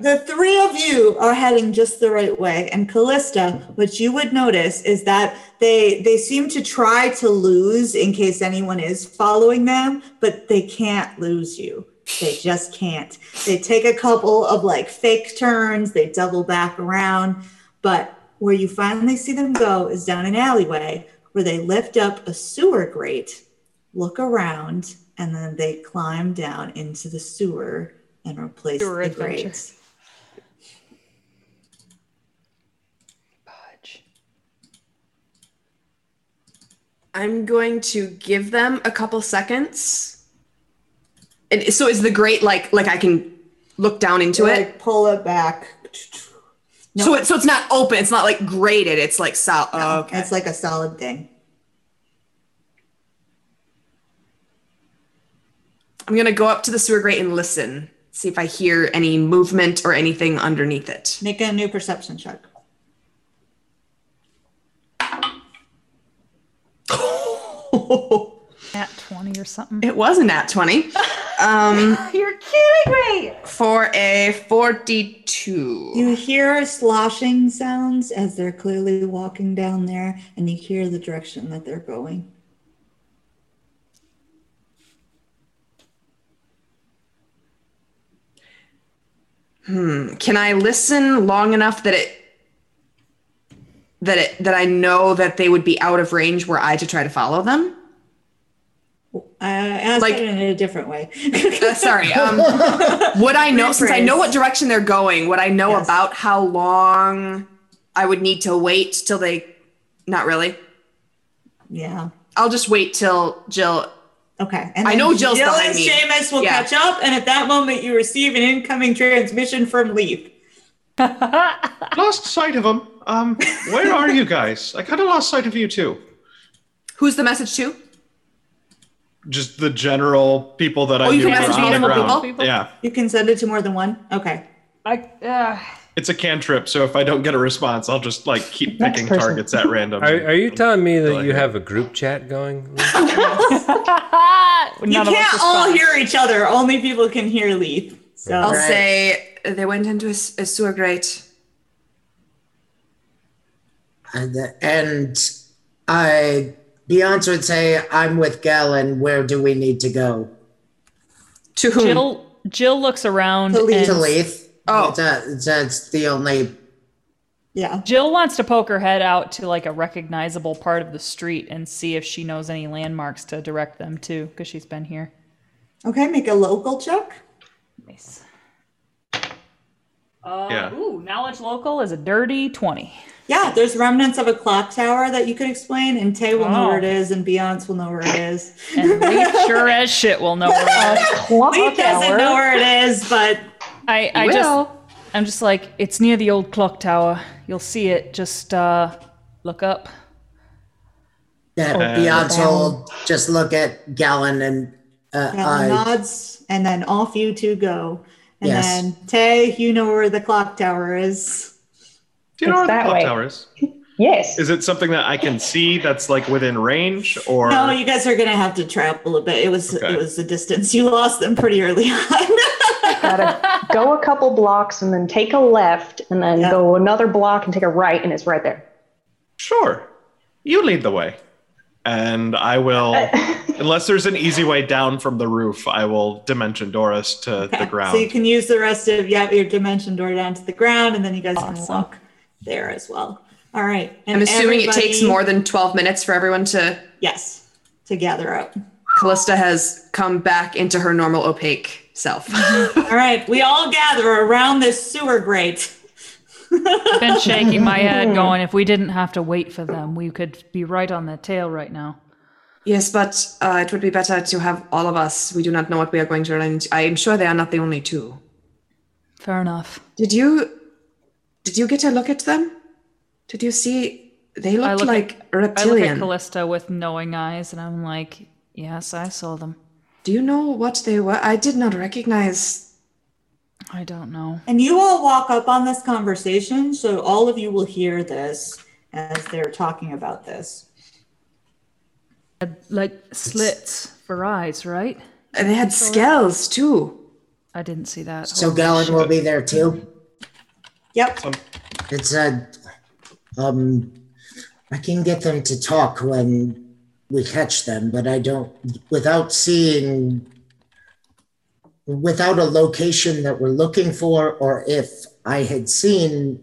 S3: the three of you are heading just the right way and callista what you would notice is that they they seem to try to lose in case anyone is following them but they can't lose you They just can't. They take a couple of like fake turns, they double back around. But where you finally see them go is down an alleyway where they lift up a sewer grate, look around, and then they climb down into the sewer and replace
S4: Sewer
S3: the
S4: adventure.
S3: grate.
S2: I'm going to give them a couple seconds. And so is the grate like like I can look down into
S3: They,
S2: it?
S3: like pull it back. No.
S2: So it so it's not open. It's not like grated. It's like solid. okay.
S3: It's like a solid thing.
S2: I'm gonna go up to the sewer grate and listen. See if I hear any movement or anything underneath it.
S3: Make a new perception check.
S4: At 20 or something.
S2: It wasn't at 20. Um,
S4: Mm-hmm. You're kidding me!
S2: for a 42.
S3: You hear sloshing sounds as they're clearly walking down there, and you hear the direction that they're going.
S2: Can I listen long enough that it that it that I know that they would be out of range were I to try to follow them?
S3: I asked
S2: Like-
S3: it in a different way.
S2: Uh, sorry. Um, would I know since I know what direction they're going? Would I know
S3: Yes.
S2: about how long I would need to wait till they? Not really.
S3: yeah.
S2: I'll just wait till Jill.
S3: Okay. And
S2: I
S3: then
S2: know Jill's
S3: Jill
S2: behind
S3: and
S2: me.
S3: Seamus will
S2: Yeah.
S3: catch up, and at that moment, you receive an incoming transmission from Leaf.
S7: lost sight of him. Um, where are you guys? I kind of lost sight of you too.
S2: Who's the message to?
S7: Just the general people that I
S2: Oh, you
S7: knew
S2: can
S7: were
S2: message
S7: on the
S2: multiple
S7: ground.
S4: people?
S7: Yeah,
S3: You can send it to more than one. Okay.
S4: I, uh,
S7: it's a cantrip, so if I don't get a response, I'll just like keep
S8: Next
S7: picking
S8: person.
S7: targets at random.
S6: Are, are you telling me that
S7: I
S6: you
S7: hear.
S6: have a group chat going?
S4: none
S3: you
S4: of us
S3: can't all
S4: respond.
S3: hear each other. Only people can hear Leaf. So
S2: I'll say uh, they went into a, s- a sewer grate.
S5: And, the- and I, Beyonce would say, I'm with Galen. Where do we need to go?
S2: To
S3: Hmm.
S2: whom?
S4: Jill, Jill looks around.
S3: Delete.
S4: and
S5: To Leith. uh,
S2: Oh.
S5: That, that's the only. uh,
S3: yeah.
S4: Jill wants to poke her head out to like a recognizable part of the street and see if she knows any landmarks to direct them to because she's been here.
S3: Okay. Make a local check.
S4: Nice. Uh,
S7: Yeah.
S4: Ooh, knowledge local is a dirty 20.
S3: Yeah, there's remnants of a clock tower that you could explain, and Tay will know
S4: Oh.
S3: where it is, and Beyonce will know where it is.
S4: And Leith sure as shit will know where it is.
S8: Clock
S3: Leaf doesn't
S8: tower.
S3: know where it is, but
S4: I, I just, I'm just like, it's near the old clock tower. You'll see it. Just uh, look up.
S5: That Beyonce will just look at Galen and uh,
S3: Ellen
S5: I.
S3: nods, and then off you two go. And
S5: Yes.
S3: then Tay, you know where the clock tower is.
S7: Do you know where
S8: It's
S7: the
S8: that
S7: clock
S8: way.
S7: tower is?
S8: Yes.
S7: Is it something that I can see that's like within range, or
S3: No, you guys are gonna have to travel a bit. It was
S7: Okay.
S3: it was the distance. You lost them pretty early on.
S8: Gotta go a couple blocks and then take a left and then
S3: Yeah.
S8: go another block and take a right and it's right there.
S7: sure, you lead the way, and I will. unless there's an easy way down from the roof, I will dimension Doris to the ground.
S3: So you can use the rest of yeah, your dimension door down to the ground, and then you guys can
S4: Awesome.
S3: walk there as well. All right. And
S2: I'm assuming it takes
S3: everybody-
S2: more than 12 minutes for everyone to.
S3: Yes. To gather up.
S2: Callista has come back into her normal opaque self.
S3: All right, we all gather around this sewer grate.
S4: I've been shaking my head, going, if we didn't have to wait for them, we could be right on their tail right now.
S2: yes, but uh, it would be better to have all of us. We do not know what we are going to run into. I am sure they are not the only two.
S4: Fair enough.
S2: Did you did you get a look at them? Did you see they looked
S4: look at-
S2: like
S4: I look at
S2: reptilian?
S4: Callista with knowing eyes, and I'm like, yes, I saw them.
S2: Do you know what they were? I did not recognize.
S4: I don't know.
S3: And you all walk up on this conversation, so all of you will hear this as they're talking about this.
S4: Like slits for eyes, right?
S2: And They had scales too.
S4: I didn't see that.
S5: So Galen will be there too.
S3: Yep.
S5: It said, um, I can get them to talk when we catch them, but I don't, without seeing without a location that we're looking for, or if I had seen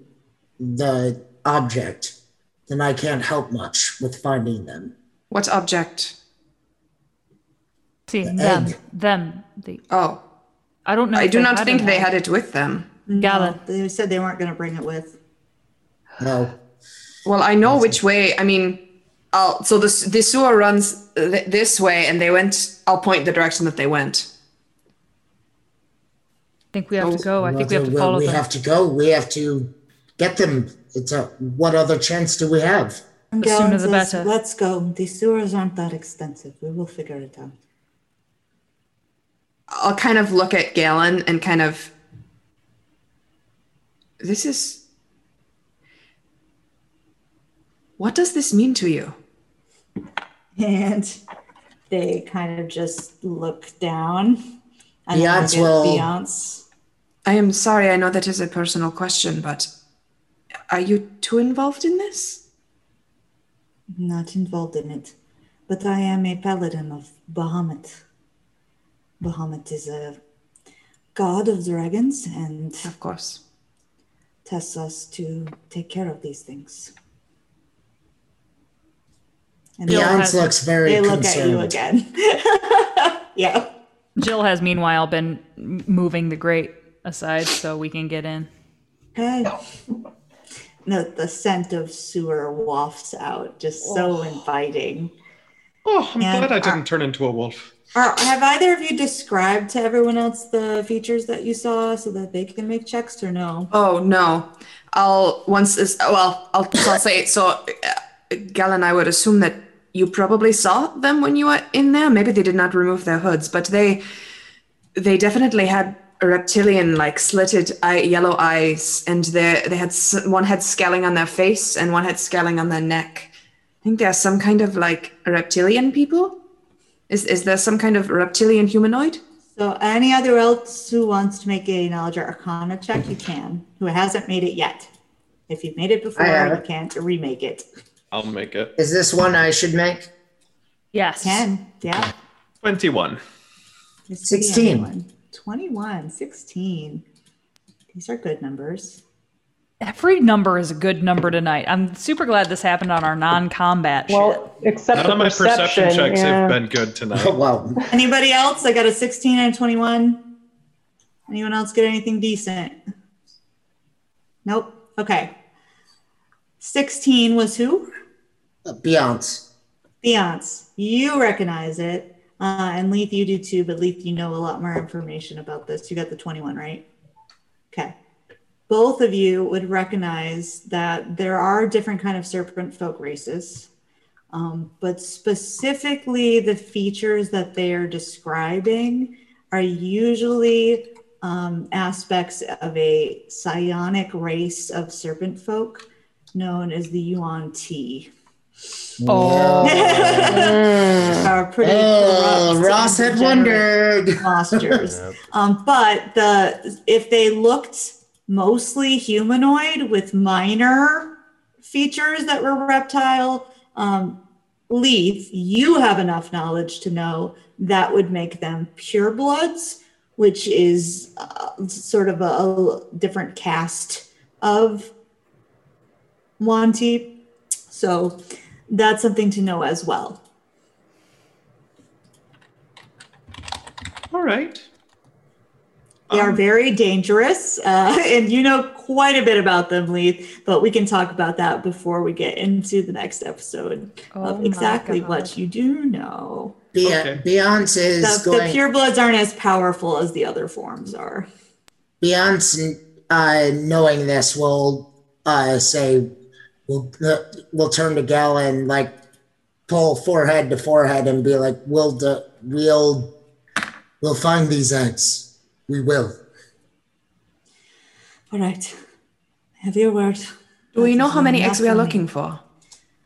S5: the object, then I can't help much with finding them.
S2: What object?
S4: See, them. Them. The,
S2: Oh,
S4: I don't know.
S2: I
S4: if
S2: do
S4: they
S2: not
S4: had
S2: think
S4: an
S2: they
S4: egg.
S2: had it with them.
S4: Galen.
S3: They said they weren't going to bring it with.
S5: No.
S2: Well, I know which way. I mean, I'll, so the the sewer runs uh, th- this way, and they went. I'll point the direction that they went.
S4: I think we have to go. I think Oh, we
S5: Whether
S4: have to follow
S5: we
S4: them.
S5: have to go. We have to get them. It's a, what other chance do we have?
S3: And
S4: The sooner
S3: Galen
S4: the
S3: says,
S4: better.
S3: Let's go. These sewers aren't that extensive. We will figure it out.
S2: I'll kind of look at Galen and kind of. This is. What does this mean to you?
S3: And they kind of just look down. And
S5: Beyonce
S3: look at
S5: will-
S3: Beyonce.
S2: I am sorry, I know that is a personal question, but are you too involved in this?
S3: Not involved in it. But I am a paladin of Bahamut. Bahamut is a god of dragons and
S2: Of course.
S3: tests us to take care of these things. And they
S5: Beyonce
S4: has-
S5: looks very
S3: they look at
S5: concerned.
S3: you again. yeah.
S4: Jill has meanwhile been m- moving the grate aside so we can get in.
S3: Hey. No, the scent of sewer wafts out, just so inviting.
S7: Oh, I'm
S3: And
S7: glad I didn't
S3: our-
S7: turn into a wolf.
S3: Are, have either of you described to everyone else the features that you saw so that they can make checks or no?
S2: Oh no. I'll once this well, I'll, I'll say so uh, Galen, I would assume that you probably saw them when you were in there. Maybe they did not remove their hoods, but they they definitely had reptilian like slitted eye, yellow eyes and they they had s- one had scaling on their face and one had scaling on their neck. I think they're some kind of like reptilian people. Is is there some kind of reptilian humanoid?
S3: So, any other else who wants to make a knowledge or arcana check, you can. Who hasn't made it yet? If you've made it before, you
S5: haven't.
S3: can't remake it.
S7: I'll make it.
S5: Is this one I should make?
S4: Yes.
S3: Can, yeah.
S7: 21.
S3: It's pretty
S5: 16.
S3: anyone. 21, 16. These are good numbers.
S4: Every number is a good number tonight. I'm super glad this happened on our non-combat shit.
S8: Well, except
S7: None
S8: the
S7: of my perception, checks have
S8: yeah.
S7: been good tonight.
S5: well,
S3: Anybody else? I got a 16 and a 21. Anyone else get anything decent? Nope. Okay. 16 was who?
S5: Beyonce.
S3: Beyonce. You recognize it. Uh, and Leith, you do too, but Leith, you know a lot more information about this. You got the 21, right? Okay. Both of you would recognize that there are different kind of serpent folk races, um, but specifically the features that they are describing are usually um, aspects of a psionic race of serpent folk known as the Yuan Ti.
S4: Oh,
S8: Hmm.
S3: are pretty
S5: Oh,
S3: corrupt
S5: Ross
S3: and
S5: had
S3: degenerate
S5: wondered.
S3: monsters. um, but the if they looked mostly humanoid with minor features that were reptile, um, Leaf, you have enough knowledge to know that would make them purebloods, which is uh, sort of a, a different caste of Wanti. So that's something to know as well.
S7: All right.
S3: They
S4: Um,
S3: are very dangerous, uh, and you know quite a bit about them, Leith. But we can talk about that before we get into the next episode
S4: Oh
S3: of
S4: my
S3: exactly
S4: God.
S3: what you do know.
S5: Be-
S7: Okay.
S5: Beyonce
S3: The,
S5: is
S3: the
S5: going.
S3: purebloods aren't as powerful as the other forms are.
S5: Beyonce, uh, knowing this, will uh, say, we'll, uh, we'll turn to Galen, like pull forehead to forehead and be like, we'll, do, we'll, we'll find these eggs. We will.
S3: All right, have your word.
S2: Do we
S3: That
S2: know
S3: is
S2: how many
S3: enough
S2: eggs we are
S3: for me.
S2: looking for?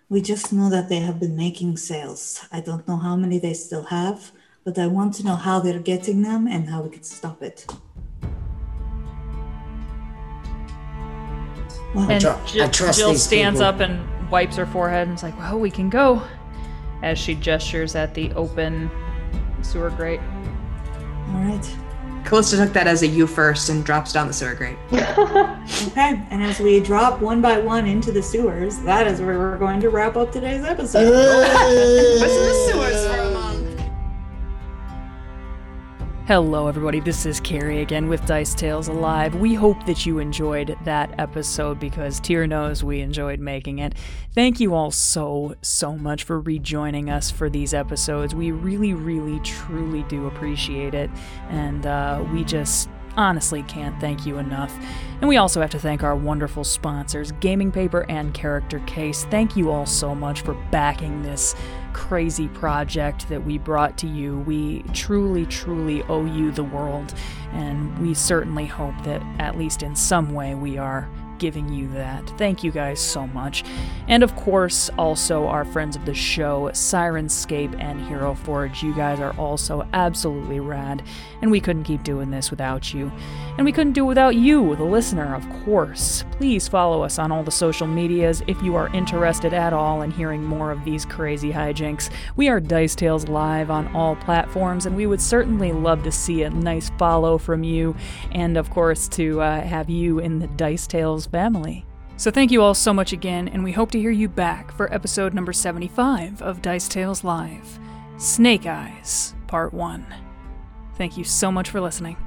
S3: We just know that they have been making sales. I don't know how many they still have, but I want to know how they're getting them and how we can stop it. Well,
S4: and
S5: tru- I
S4: Jill,
S5: trust
S4: Jill
S5: these
S4: stands
S5: people.
S4: up and wipes her forehead and is like, "Well, we can go," as she gestures at the open sewer grate.
S3: all right.
S2: Callista took that as a you first and drops down the sewer grate.
S3: Okay, and as we drop one by one into the sewers, that is where we're going to wrap up today's episode.
S2: What's in the sewers for a month?
S1: Hello, everybody. This is Carrie again with Dice Tales Alive. We hope that you enjoyed that episode because Tyr knows we enjoyed making it. Thank you all so, so much for rejoining us for these episodes. We really, really, truly do appreciate it. And uh, we just honestly can't thank you enough. And we also have to thank our wonderful sponsors, Gaming Paper and Character Case. Thank you all so much for backing this crazy project that we brought to you. We truly, truly owe you the world, and we certainly hope that at least in some way we are giving you that. Thank you guys so much. And of course, also our friends of the show, Sirenscape and Hero Forge. You guys are also absolutely rad, and we couldn't keep doing this without you. And we couldn't do it without you, the listener, of course. Please follow us on all the social medias if you are interested at all in hearing more of these crazy hijinks. We are Dice Tales Live on all platforms, and we would certainly love to see a nice follow from you, and of course, to uh, have you in the Dice Tales family. So, thank you all so much again, and we hope to hear you back for episode number 75 of Dice Tales Live Snake Eyes, Part 1. Thank you so much for listening.